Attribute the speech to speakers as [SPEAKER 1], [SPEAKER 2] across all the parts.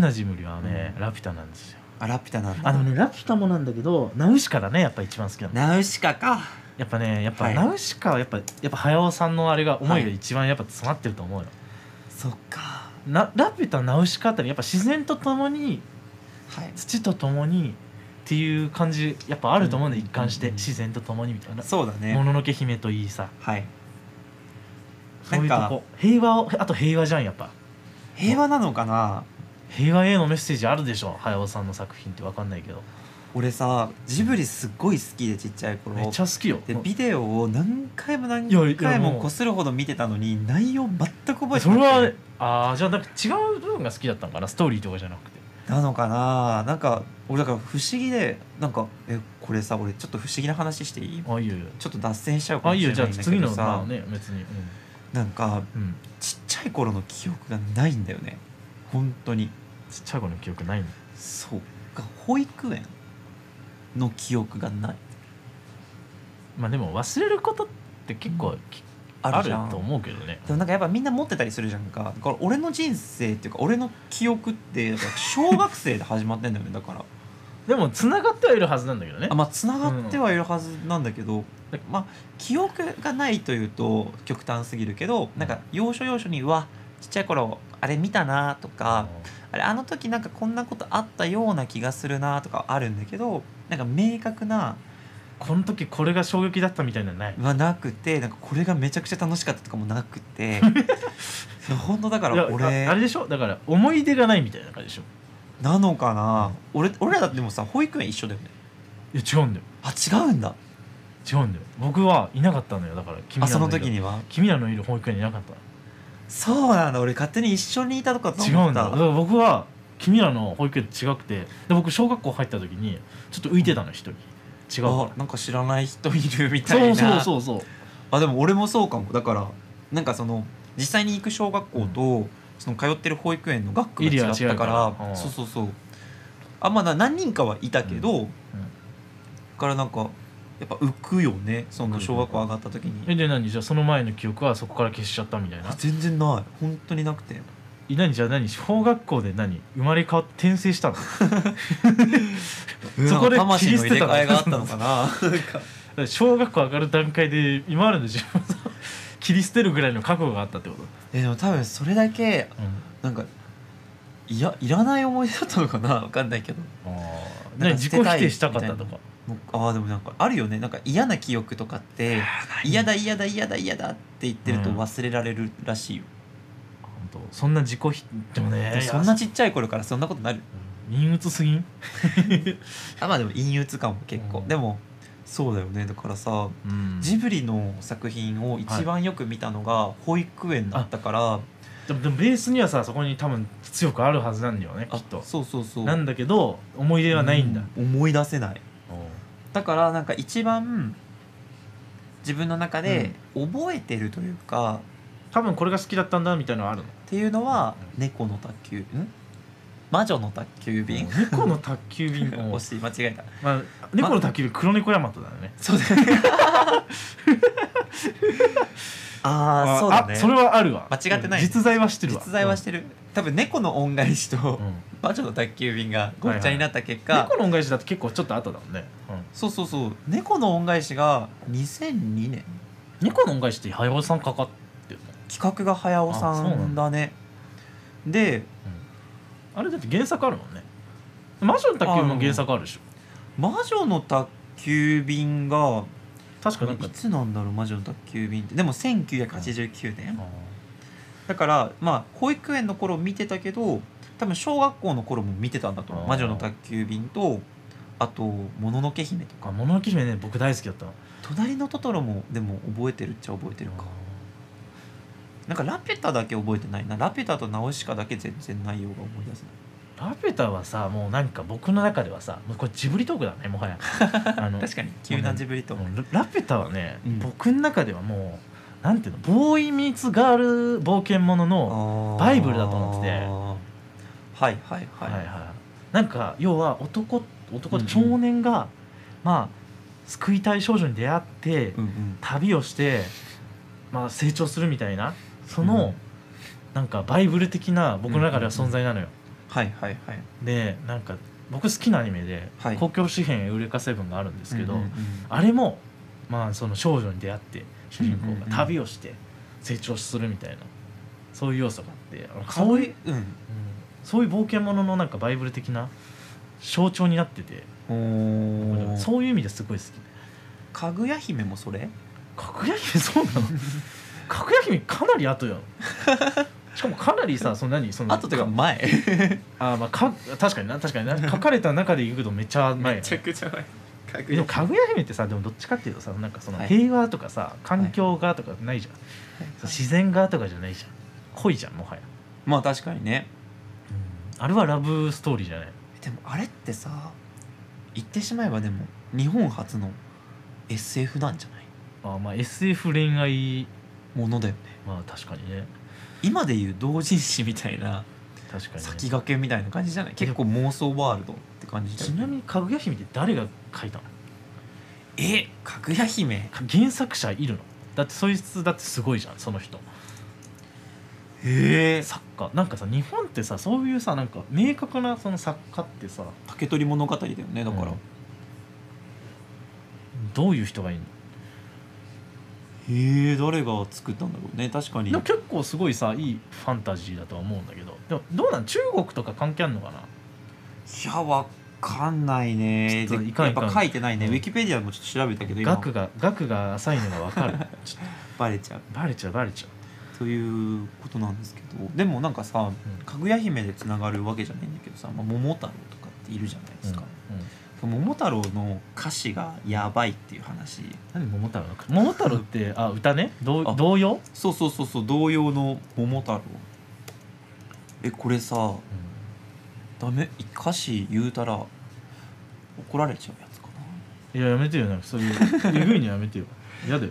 [SPEAKER 1] なジムリはね、ラピュタなんですよ
[SPEAKER 2] あラピュタなん
[SPEAKER 1] あ
[SPEAKER 2] だ
[SPEAKER 1] のねラピュタもなんだけどナウシカがねやっぱ一番好きなの
[SPEAKER 2] ナウシカか
[SPEAKER 1] やっぱねやっぱ、
[SPEAKER 2] はい
[SPEAKER 1] ナウシカはやっぱやっぱ早尾さんのあれが思いが一番やっぱ詰まってると思うよ、
[SPEAKER 2] そっか
[SPEAKER 1] なラピュタナウシカあたりやっぱ自然とともに
[SPEAKER 2] はい
[SPEAKER 1] 土とともにっていう感じやっぱあると思うんだ、
[SPEAKER 2] うん
[SPEAKER 1] 一貫して、
[SPEAKER 2] うん
[SPEAKER 1] 自然とともにみたいな
[SPEAKER 2] そう
[SPEAKER 1] 「
[SPEAKER 2] だ
[SPEAKER 1] も
[SPEAKER 2] ね
[SPEAKER 1] ののけ姫」といいさ
[SPEAKER 2] はい
[SPEAKER 1] そういうと
[SPEAKER 2] なんか
[SPEAKER 1] こ平和をあと平和じゃんやっぱ
[SPEAKER 2] 平和なのかな
[SPEAKER 1] 平和へのメッセージあるでしょ早尾さんの作品って分かんないけど
[SPEAKER 2] 俺さジブリすっごい好きでちっちゃい頃
[SPEAKER 1] めっちゃ好きよ
[SPEAKER 2] でビデオを何回も何
[SPEAKER 1] いやいや
[SPEAKER 2] 回
[SPEAKER 1] も
[SPEAKER 2] も
[SPEAKER 1] う
[SPEAKER 2] こするほど見てたのに内容全く覚えて
[SPEAKER 1] それ
[SPEAKER 2] な
[SPEAKER 1] はいああじゃあなんか違う部分が好きだったのかなストーリーとかじゃなくて
[SPEAKER 2] なのかななんか俺だから不思議でなんかえこれさ俺ちょっと不思議な話していい
[SPEAKER 1] あいいよいいよ
[SPEAKER 2] ちょっと脱線しちゃうか
[SPEAKER 1] あ
[SPEAKER 2] も
[SPEAKER 1] いい
[SPEAKER 2] し
[SPEAKER 1] よ
[SPEAKER 2] れ
[SPEAKER 1] じ
[SPEAKER 2] な
[SPEAKER 1] ゃ
[SPEAKER 2] い
[SPEAKER 1] あ
[SPEAKER 2] んだ
[SPEAKER 1] 次
[SPEAKER 2] けど
[SPEAKER 1] のま
[SPEAKER 2] さ
[SPEAKER 1] あね別に
[SPEAKER 2] なんか
[SPEAKER 1] うん、うん、
[SPEAKER 2] ちっちゃい頃の記憶がないんだよね本当に
[SPEAKER 1] ちっちゃい頃の記憶ないの
[SPEAKER 2] そうが保育園の記憶がない
[SPEAKER 1] まあでも忘れることって結構きあ
[SPEAKER 2] ある
[SPEAKER 1] る
[SPEAKER 2] じゃん
[SPEAKER 1] と思うけどね
[SPEAKER 2] でもなんかやっぱみんな持ってたりするじゃんかだから俺の人生っていうか俺の記憶ってだから小学生で始まってんだよね だから
[SPEAKER 1] でも繋がってはいるはずなんだけどね
[SPEAKER 2] あまあつながってはいるはずなんだけど、まあ記憶がないというと極端すぎるけどなんか要所要所に「うわちっちゃい頃あれ見たな」とかあれあの時なんかこんなことあったような気がするなとかあるんだけどなんか明確な
[SPEAKER 1] この時これが衝撃だったみたいなのない
[SPEAKER 2] はなくてなんかこれがめちゃくちゃ楽しかったとかもなく てそうほんとだか
[SPEAKER 1] いや
[SPEAKER 2] ら俺
[SPEAKER 1] ああれでしょだから思い出がないみたいな感じでしょ
[SPEAKER 2] なのかな俺俺らだってでもさ保育園一緒だよね
[SPEAKER 1] いや違うんだよ
[SPEAKER 2] あ違うんだ
[SPEAKER 1] 違うんだよ僕はいなかったのよだから君
[SPEAKER 2] あ
[SPEAKER 1] ら
[SPEAKER 2] そ
[SPEAKER 1] の
[SPEAKER 2] の
[SPEAKER 1] いる
[SPEAKER 2] 時には
[SPEAKER 1] 君らのいる保育園にいなかった
[SPEAKER 2] そうなんだ俺勝手に一緒にいたとかと
[SPEAKER 1] 違
[SPEAKER 2] 思
[SPEAKER 1] う
[SPEAKER 2] っ
[SPEAKER 1] ん
[SPEAKER 2] た
[SPEAKER 1] だだから僕は君らの保育園と違くてで僕小学校入った時にちょっと浮いてたの一人違う
[SPEAKER 2] あ
[SPEAKER 1] か
[SPEAKER 2] なんか知らない人いるみ
[SPEAKER 1] ら
[SPEAKER 2] た
[SPEAKER 1] そ
[SPEAKER 2] いうな
[SPEAKER 1] そうそうそう
[SPEAKER 2] あでも俺もそうかもだからなんかその実際に行く小学校と、その通ってる保育園の学区が
[SPEAKER 1] エリア
[SPEAKER 2] 違
[SPEAKER 1] が
[SPEAKER 2] っ
[SPEAKER 1] 違う
[SPEAKER 2] た
[SPEAKER 1] か
[SPEAKER 2] からら
[SPEAKER 1] うん
[SPEAKER 2] そうそうそうあまあな何人かはいたけど、だからなんかやっぱ浮くよねその小学校上がった時に
[SPEAKER 1] えで何じゃあその前の記憶はそこから消しちゃったみたいな
[SPEAKER 2] あ全然ない本当になくて
[SPEAKER 1] え何じゃあ何小学校で何生まれ変わって転生 したのだかそこで
[SPEAKER 2] なんか
[SPEAKER 1] 切り
[SPEAKER 2] 魂の
[SPEAKER 1] 捨
[SPEAKER 2] 入
[SPEAKER 1] て
[SPEAKER 2] れ
[SPEAKER 1] たの
[SPEAKER 2] 替えがあったのかな
[SPEAKER 1] ら小学校上がる段階で今までの自分を切り捨てるぐらいの覚悟があったってこと、
[SPEAKER 2] えでも多分それだけなんかいやいらない思い出だったのかなわかんないけど
[SPEAKER 1] あー
[SPEAKER 2] なん
[SPEAKER 1] 何
[SPEAKER 2] か
[SPEAKER 1] 自
[SPEAKER 2] 捨
[SPEAKER 1] 己
[SPEAKER 2] て
[SPEAKER 1] 否
[SPEAKER 2] たい
[SPEAKER 1] 定したかったとか
[SPEAKER 2] もうああでもなんかあるよねなんか嫌な記憶とかって嫌だ嫌だ嫌だ嫌だって言ってると
[SPEAKER 1] うん
[SPEAKER 2] 忘れられるらしいよ、
[SPEAKER 1] 本当そんな自己否でもね
[SPEAKER 2] でもそんなちっちゃい頃からそんなことなる
[SPEAKER 1] うん陰鬱すぎ ん
[SPEAKER 2] あまあでも陰鬱感も結構、
[SPEAKER 1] うん
[SPEAKER 2] でもそうだよねだからさ
[SPEAKER 1] うん
[SPEAKER 2] ジブリの作品を一番よく見たのが保育園だったから、
[SPEAKER 1] でもでもベースにはさそこに多分強くあるはずなんだよねきっ
[SPEAKER 2] あ
[SPEAKER 1] と
[SPEAKER 2] そうそうそう
[SPEAKER 1] なんだけど思い出はないんだ、
[SPEAKER 2] う思い出せない
[SPEAKER 1] おう
[SPEAKER 2] だからなんか一番自分の中で覚えてるというか、
[SPEAKER 1] 多分これが好きだったんだみたいなのあるの
[SPEAKER 2] っていうのは
[SPEAKER 1] う
[SPEAKER 2] 「猫の宅急便」ん「魔女の宅急便」
[SPEAKER 1] 猫の宅急 便おう
[SPEAKER 2] 惜しい間違えた
[SPEAKER 1] まあ、猫の宅急便黒猫ヤマトだよね
[SPEAKER 2] そうだねああそうだね
[SPEAKER 1] それはあるわ
[SPEAKER 2] 間違ってない
[SPEAKER 1] うん実在はしてるわ
[SPEAKER 2] 実在はしてる、多分猫の恩返しと、
[SPEAKER 1] うんうん
[SPEAKER 2] 魔女の宅急便がごっちゃになった結果、
[SPEAKER 1] 猫の恩返しだって結構ちょっと後だもんね、うん
[SPEAKER 2] そうそうそう猫の恩返しが2002年
[SPEAKER 1] 猫の恩返しって早尾さんかかってるの
[SPEAKER 2] 企画が早尾さ
[SPEAKER 1] あそうなん
[SPEAKER 2] んだねで
[SPEAKER 1] あれだって原作あるもんね魔女の宅急便も原作あるでしょ
[SPEAKER 2] 魔女の宅急便が
[SPEAKER 1] 確かなんか
[SPEAKER 2] いつなんだろう魔女の宅急便ってでも1989年、
[SPEAKER 1] あ
[SPEAKER 2] だからまあ保育園の頃見てたけど多分小学校の頃も見てたんだと思
[SPEAKER 1] あー
[SPEAKER 2] う魔女の宅急便とあと「もののけ姫」と
[SPEAKER 1] ーあ
[SPEAKER 2] か
[SPEAKER 1] 物のけ姫ね僕大好きだったの
[SPEAKER 2] 「隣のトトロ」もでも覚えてるっちゃ覚えてるかなんか「ラピュタ」だけ覚えてないな「ラピュタ」と「ナウシカ」だけ全然内容が思い出せない
[SPEAKER 1] ラピュタはさもうなんか僕の中ではさもうこれジブリトークだねも はやあの
[SPEAKER 2] 確かに急なジブリと、
[SPEAKER 1] うんララピュタはね、
[SPEAKER 2] うん
[SPEAKER 1] 僕の中ではもうなんていうのボーイミーツガール冒険者のバイブルだと思ってて
[SPEAKER 2] てはいはいはい、
[SPEAKER 1] はいはいなんか要は男男
[SPEAKER 2] うんうん
[SPEAKER 1] 少年が、まあ救いたい少女に出会って、
[SPEAKER 2] うんうん、
[SPEAKER 1] 旅をして、まあ、成長するみたいなその、
[SPEAKER 2] うん
[SPEAKER 1] なんかバイブル的な僕の中では存在なのよ、
[SPEAKER 2] はいはいはい
[SPEAKER 1] でなんか僕好きなアニメで「
[SPEAKER 2] はい
[SPEAKER 1] 公共紙幣エウレカセブン」があるんですけど、
[SPEAKER 2] うんうんうん
[SPEAKER 1] あれもまあその少女に出会って主人
[SPEAKER 2] うん
[SPEAKER 1] 公
[SPEAKER 2] うんう
[SPEAKER 1] が
[SPEAKER 2] ん
[SPEAKER 1] 旅をして成長するみたいなそういう要素があってあの
[SPEAKER 2] か
[SPEAKER 1] そう
[SPEAKER 2] わ
[SPEAKER 1] いう、
[SPEAKER 2] いうん
[SPEAKER 1] うんそういう冒険者のなんかバイブル的な象徴になってて
[SPEAKER 2] おー
[SPEAKER 1] そういう意味ですごい好き
[SPEAKER 2] かぐや姫もそれ
[SPEAKER 1] かぐや姫そう なのかぐや姫かなり後よしかもかなりさその何その
[SPEAKER 2] あとてか前
[SPEAKER 1] あーまあか確かにな確かにな書かれた中でいくとめちゃ前
[SPEAKER 3] めちゃくちゃ前かぐ
[SPEAKER 1] で
[SPEAKER 3] や
[SPEAKER 1] もかぐや姫ってさでもどっちかっていうとさなんかその
[SPEAKER 2] はい
[SPEAKER 1] 平和とかさ、環境がとかないじゃん、自然がとかじゃないじゃん恋じゃんもはや、
[SPEAKER 2] まあ確かにね
[SPEAKER 1] あれはラブストーリーじゃない
[SPEAKER 2] でもあれってさ言ってしまえばでも日本初の SF なんじゃない
[SPEAKER 1] あーまあ SF 恋愛
[SPEAKER 2] ものだよね
[SPEAKER 1] まあ確かにね
[SPEAKER 2] 今でいう同人誌みたいな
[SPEAKER 1] 確かにね、
[SPEAKER 2] 先駆けみたいな感じじゃない結構妄想ワールドって感じだ
[SPEAKER 1] ち
[SPEAKER 2] よね
[SPEAKER 1] なみにかぐや姫って誰が書いたの
[SPEAKER 2] えかぐや姫
[SPEAKER 1] か原作者いるのだってそいつだってすごいじゃんその人
[SPEAKER 2] へえ
[SPEAKER 1] 作家なんかさ日本ってさそういうさなんか明確なその作家ってさ
[SPEAKER 2] 竹取物語だよねだから、
[SPEAKER 1] どういう人がいるの
[SPEAKER 2] へえ誰が作ったんだろうね確かに
[SPEAKER 1] でも結構すごいさいいファンタジーだとは思うんだけどでもどうなん中国とか関係あるのかない
[SPEAKER 2] やわかんないね
[SPEAKER 1] ちょっと
[SPEAKER 2] で
[SPEAKER 1] いかん
[SPEAKER 2] やっぱ書いてないね
[SPEAKER 1] い
[SPEAKER 2] ウ
[SPEAKER 1] かん
[SPEAKER 2] ィキペディアもちょっと調べたけど今
[SPEAKER 1] 額が額が浅いのが分 かるちょっ
[SPEAKER 2] バレちゃう
[SPEAKER 1] とバレちゃうバレちゃう
[SPEAKER 2] ということなんですけどでもなんかさ、
[SPEAKER 1] うん
[SPEAKER 2] かぐや姫でつながるわけじゃないんだけどさ、まあ、桃太郎とかっているじゃないですか、
[SPEAKER 1] うんうん
[SPEAKER 2] 桃太郎の歌詞がやばいっていう話
[SPEAKER 1] なんで桃太郎の桃太郎ってあ歌ねど
[SPEAKER 2] あ
[SPEAKER 1] う童謡、
[SPEAKER 2] そうそうそうそう同様の桃太郎えこれさダメ歌詞言うたら怒られちゃうやつかない
[SPEAKER 1] ややめてよなんかそういうえぐいのやめてよ 嫌だよ、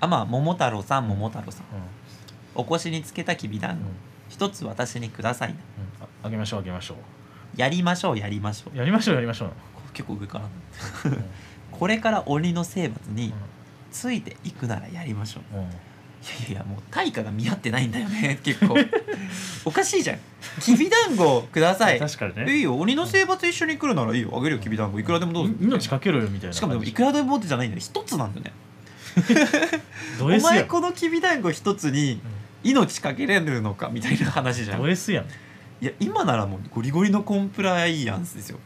[SPEAKER 2] あまあ桃太郎さん桃太郎さん
[SPEAKER 1] うんうん
[SPEAKER 2] お腰につけたきびだんご
[SPEAKER 1] うん
[SPEAKER 2] 一つ私にくださいな
[SPEAKER 1] ああげましょうあげましょ
[SPEAKER 2] やりましょうやりましょう
[SPEAKER 1] うやりましょうやり ましょう、
[SPEAKER 2] 結構上から
[SPEAKER 1] うん
[SPEAKER 2] これから鬼の征伐についていくならやりましょう
[SPEAKER 1] うん
[SPEAKER 2] いやいやもう対価が見合ってないんだよね結構 おかしいじゃんきびだんごください
[SPEAKER 1] 確かに
[SPEAKER 2] い
[SPEAKER 1] ね
[SPEAKER 2] いよ鬼の征伐一緒に来るならいいよあげるよきびだんごいくらでもどうぞ
[SPEAKER 1] 命かけろよみたいな
[SPEAKER 2] しかもでもい
[SPEAKER 1] い
[SPEAKER 2] くらでもってじゃないんだよ一つなんだよね
[SPEAKER 1] ド
[SPEAKER 2] お
[SPEAKER 1] S や
[SPEAKER 2] 前
[SPEAKER 1] ん
[SPEAKER 2] このきびだんご一つに命かけれるのかみたいな話じゃん
[SPEAKER 1] ド S やん
[SPEAKER 2] いや今ならもうゴリゴリのコンプライアンスですよ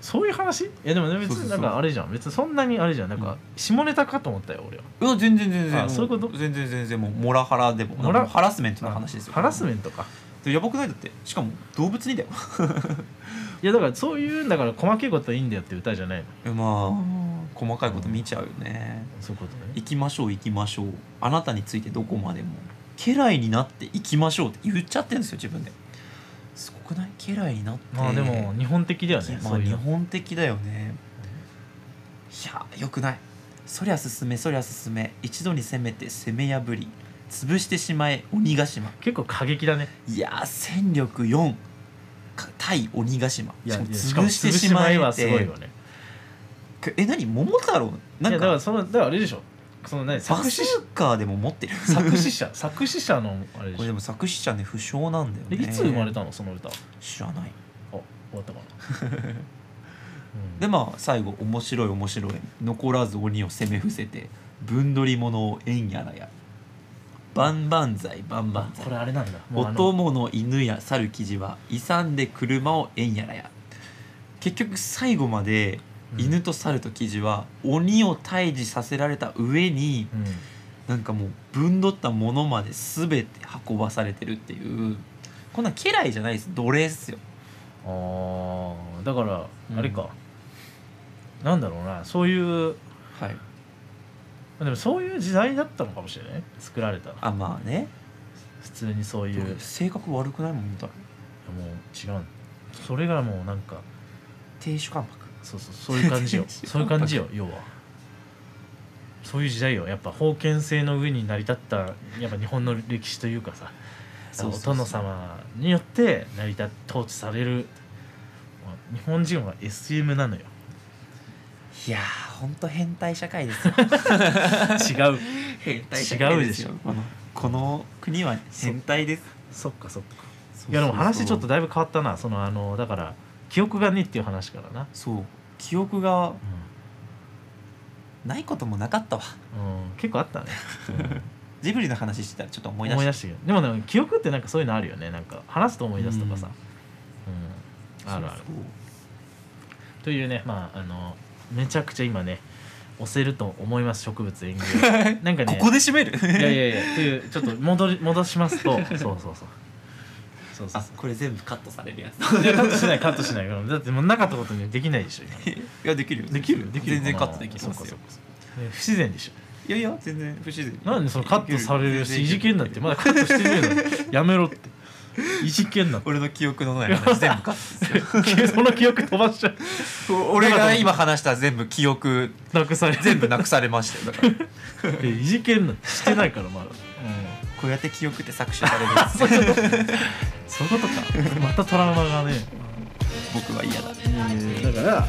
[SPEAKER 1] そういう話いやでもね別
[SPEAKER 2] そうそう
[SPEAKER 1] にな
[SPEAKER 2] そうん
[SPEAKER 1] かあれじゃん別にそんなにあれじゃんなん
[SPEAKER 2] うん
[SPEAKER 1] か下ネタかと思ったよ俺はい
[SPEAKER 2] や全然全然
[SPEAKER 1] あ
[SPEAKER 2] も
[SPEAKER 1] そういうこと
[SPEAKER 2] 全然全然もうモラハラでも
[SPEAKER 1] モラ
[SPEAKER 2] ハラスメントの話ですよ
[SPEAKER 1] ハラスメ
[SPEAKER 2] ン
[SPEAKER 1] ントか
[SPEAKER 2] トやばくないだってしかも動物にだよ
[SPEAKER 1] いやだからそういうんだから細けいことはいいんだよって歌じゃないの
[SPEAKER 2] まあ細かいこと見ちゃうよね
[SPEAKER 1] そういうことね
[SPEAKER 2] 行きましょう行きましょうあなたについてどこまでも家来になって行きましょうって言っちゃってるんですよ自分ですごくない家来になって
[SPEAKER 1] まあでも日本的だよね
[SPEAKER 2] ま
[SPEAKER 1] そ
[SPEAKER 2] あ
[SPEAKER 1] うい
[SPEAKER 2] 日
[SPEAKER 1] うの
[SPEAKER 2] 本的だよねいやよくないそりゃ進めそりゃ進め一度に攻めて攻め破り潰してしまえ鬼ヶ島
[SPEAKER 1] 結構過激だね
[SPEAKER 2] いやー戦力4か対鬼ヶ島
[SPEAKER 1] いやいやし
[SPEAKER 2] しか
[SPEAKER 1] か
[SPEAKER 2] も
[SPEAKER 1] も
[SPEAKER 2] 潰して
[SPEAKER 1] 潰
[SPEAKER 2] し
[SPEAKER 1] し
[SPEAKER 2] ま
[SPEAKER 1] ま
[SPEAKER 2] え
[SPEAKER 1] え
[SPEAKER 2] は
[SPEAKER 1] は
[SPEAKER 2] す
[SPEAKER 1] す
[SPEAKER 2] ご
[SPEAKER 1] ご
[SPEAKER 2] い
[SPEAKER 1] い
[SPEAKER 2] よ
[SPEAKER 1] よね
[SPEAKER 2] え何桃太郎
[SPEAKER 1] い
[SPEAKER 2] な
[SPEAKER 1] や
[SPEAKER 2] ん
[SPEAKER 1] だか
[SPEAKER 2] から
[SPEAKER 1] そのだからあれでしょその何
[SPEAKER 2] バ
[SPEAKER 1] 作詞
[SPEAKER 2] スカーでも持ってる
[SPEAKER 1] 作詞者作詞者のあれで
[SPEAKER 2] これ
[SPEAKER 1] し
[SPEAKER 2] で
[SPEAKER 1] ょ
[SPEAKER 2] も作詞者ね不詳なんだよ
[SPEAKER 1] え
[SPEAKER 2] ね
[SPEAKER 1] いつ生まれたのその 歌あ
[SPEAKER 2] 知らない
[SPEAKER 1] 終わったかなうん
[SPEAKER 2] でまあ最後「面白い面白い残らず鬼を攻め伏せて分取り物を縁やらや万々歳万々
[SPEAKER 1] こ
[SPEAKER 2] 歳
[SPEAKER 1] れあれなんだもう
[SPEAKER 2] お
[SPEAKER 1] あの
[SPEAKER 2] 供の犬や猿生地は勇んで車を縁やらや結局最後まで
[SPEAKER 1] うん
[SPEAKER 2] 犬と猿と生地は鬼を退治させられた上に
[SPEAKER 1] うん
[SPEAKER 2] なんかもう分取ったものまで全て運ばされてるっていうこんなん家来じゃないです奴隷っすよ
[SPEAKER 1] あーだから
[SPEAKER 2] うん
[SPEAKER 1] あれか、なんだろうなそういう
[SPEAKER 2] はい
[SPEAKER 1] でもそういう時代だったのかもしれない作られた
[SPEAKER 2] あまあね
[SPEAKER 1] 普通にそういういやもう
[SPEAKER 2] 性格悪くないもんみたいな
[SPEAKER 1] 違うんそれがもうなんか
[SPEAKER 2] 亭主関白
[SPEAKER 1] そうそうそういう感じよ そういう感じよ要はそういう時代よやっぱ封建制の上に成り立ったやっぱ日本の歴史というかさ
[SPEAKER 2] そうそうそう
[SPEAKER 1] お殿様によって成り立っ統治されるまあ日本人は SM なの よ
[SPEAKER 2] いやーほんと変態社 会ですよ
[SPEAKER 1] 違う
[SPEAKER 2] 変
[SPEAKER 1] 態社会ですよ
[SPEAKER 2] このこの国は変態です
[SPEAKER 1] そっかそっかいやでも話ちょっとだいぶ変わったなそのあのだから記憶がねえっていう話からな、
[SPEAKER 2] そう記憶がないこともなかったわ
[SPEAKER 1] うんうん結構あったね、うん
[SPEAKER 2] ジブリの話してたらちょっと思い出
[SPEAKER 1] 思
[SPEAKER 2] した
[SPEAKER 1] い出してでもなんか記憶ってなんかそういうのあるよねなんか話すと思い出すとかさ、うんあるある
[SPEAKER 2] そうそう
[SPEAKER 1] というねまああのめちゃくちゃ今ね押せると思います植物園芸 なんかね
[SPEAKER 2] ここで締める
[SPEAKER 1] い やいやいやというちょっと戻り戻しますとそうそうそうそうそう
[SPEAKER 2] あ
[SPEAKER 1] そ
[SPEAKER 2] これ全部カットされるや つ
[SPEAKER 1] ういやカットしないカットしないからだってもうなかったことにはできないでしょ今
[SPEAKER 2] いや できるよ
[SPEAKER 1] できるできる
[SPEAKER 2] 全然カットできますよ
[SPEAKER 1] そうかそうかね不自然でしょ
[SPEAKER 2] いやいや全然不自然
[SPEAKER 1] なんでそのカットされるしいじけんなってま
[SPEAKER 2] だ
[SPEAKER 1] だカットしてねえのにやめろっていじけんなって
[SPEAKER 2] 俺の記憶のない話全部カットですよ
[SPEAKER 1] その記憶飛ばしちゃう
[SPEAKER 2] お俺が今話した全部記憶
[SPEAKER 1] なくされ
[SPEAKER 2] 全部なくされましたよだから
[SPEAKER 1] えいじけんなってしてないからまだ、
[SPEAKER 2] こうやって記憶って搾取されるやつ
[SPEAKER 1] そういうことかまたトラウマがね、
[SPEAKER 2] 僕は嫌だ
[SPEAKER 1] だから